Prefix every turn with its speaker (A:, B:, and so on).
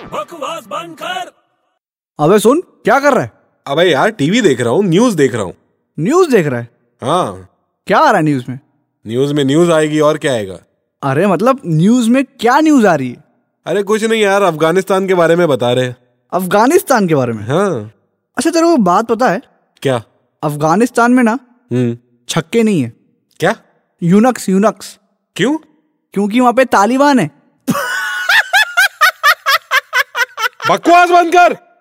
A: आवाज बंद कर
B: अबे सुन क्या कर रहा है
C: अबे यार टीवी देख रहा हूँ न्यूज देख रहा हूँ
B: न्यूज देख रहा है
C: हाँ
B: क्या आ रहा है न्यूज में
C: न्यूज में न्यूज आएगी और क्या आएगा
B: अरे मतलब न्यूज में क्या न्यूज आ रही है
C: अरे कुछ नहीं यार अफगानिस्तान के बारे में बता रहे हैं।
B: अफगानिस्तान के बारे में
C: हाँ
B: अच्छा तेरे को बात पता है
C: क्या
B: अफगानिस्तान में ना
C: हम्म
B: छक्के नहीं है
C: क्या
B: यूनक्स यूनक्स
C: क्यों
B: क्योंकि वहां पे तालिबान है
C: बकवास बंद कर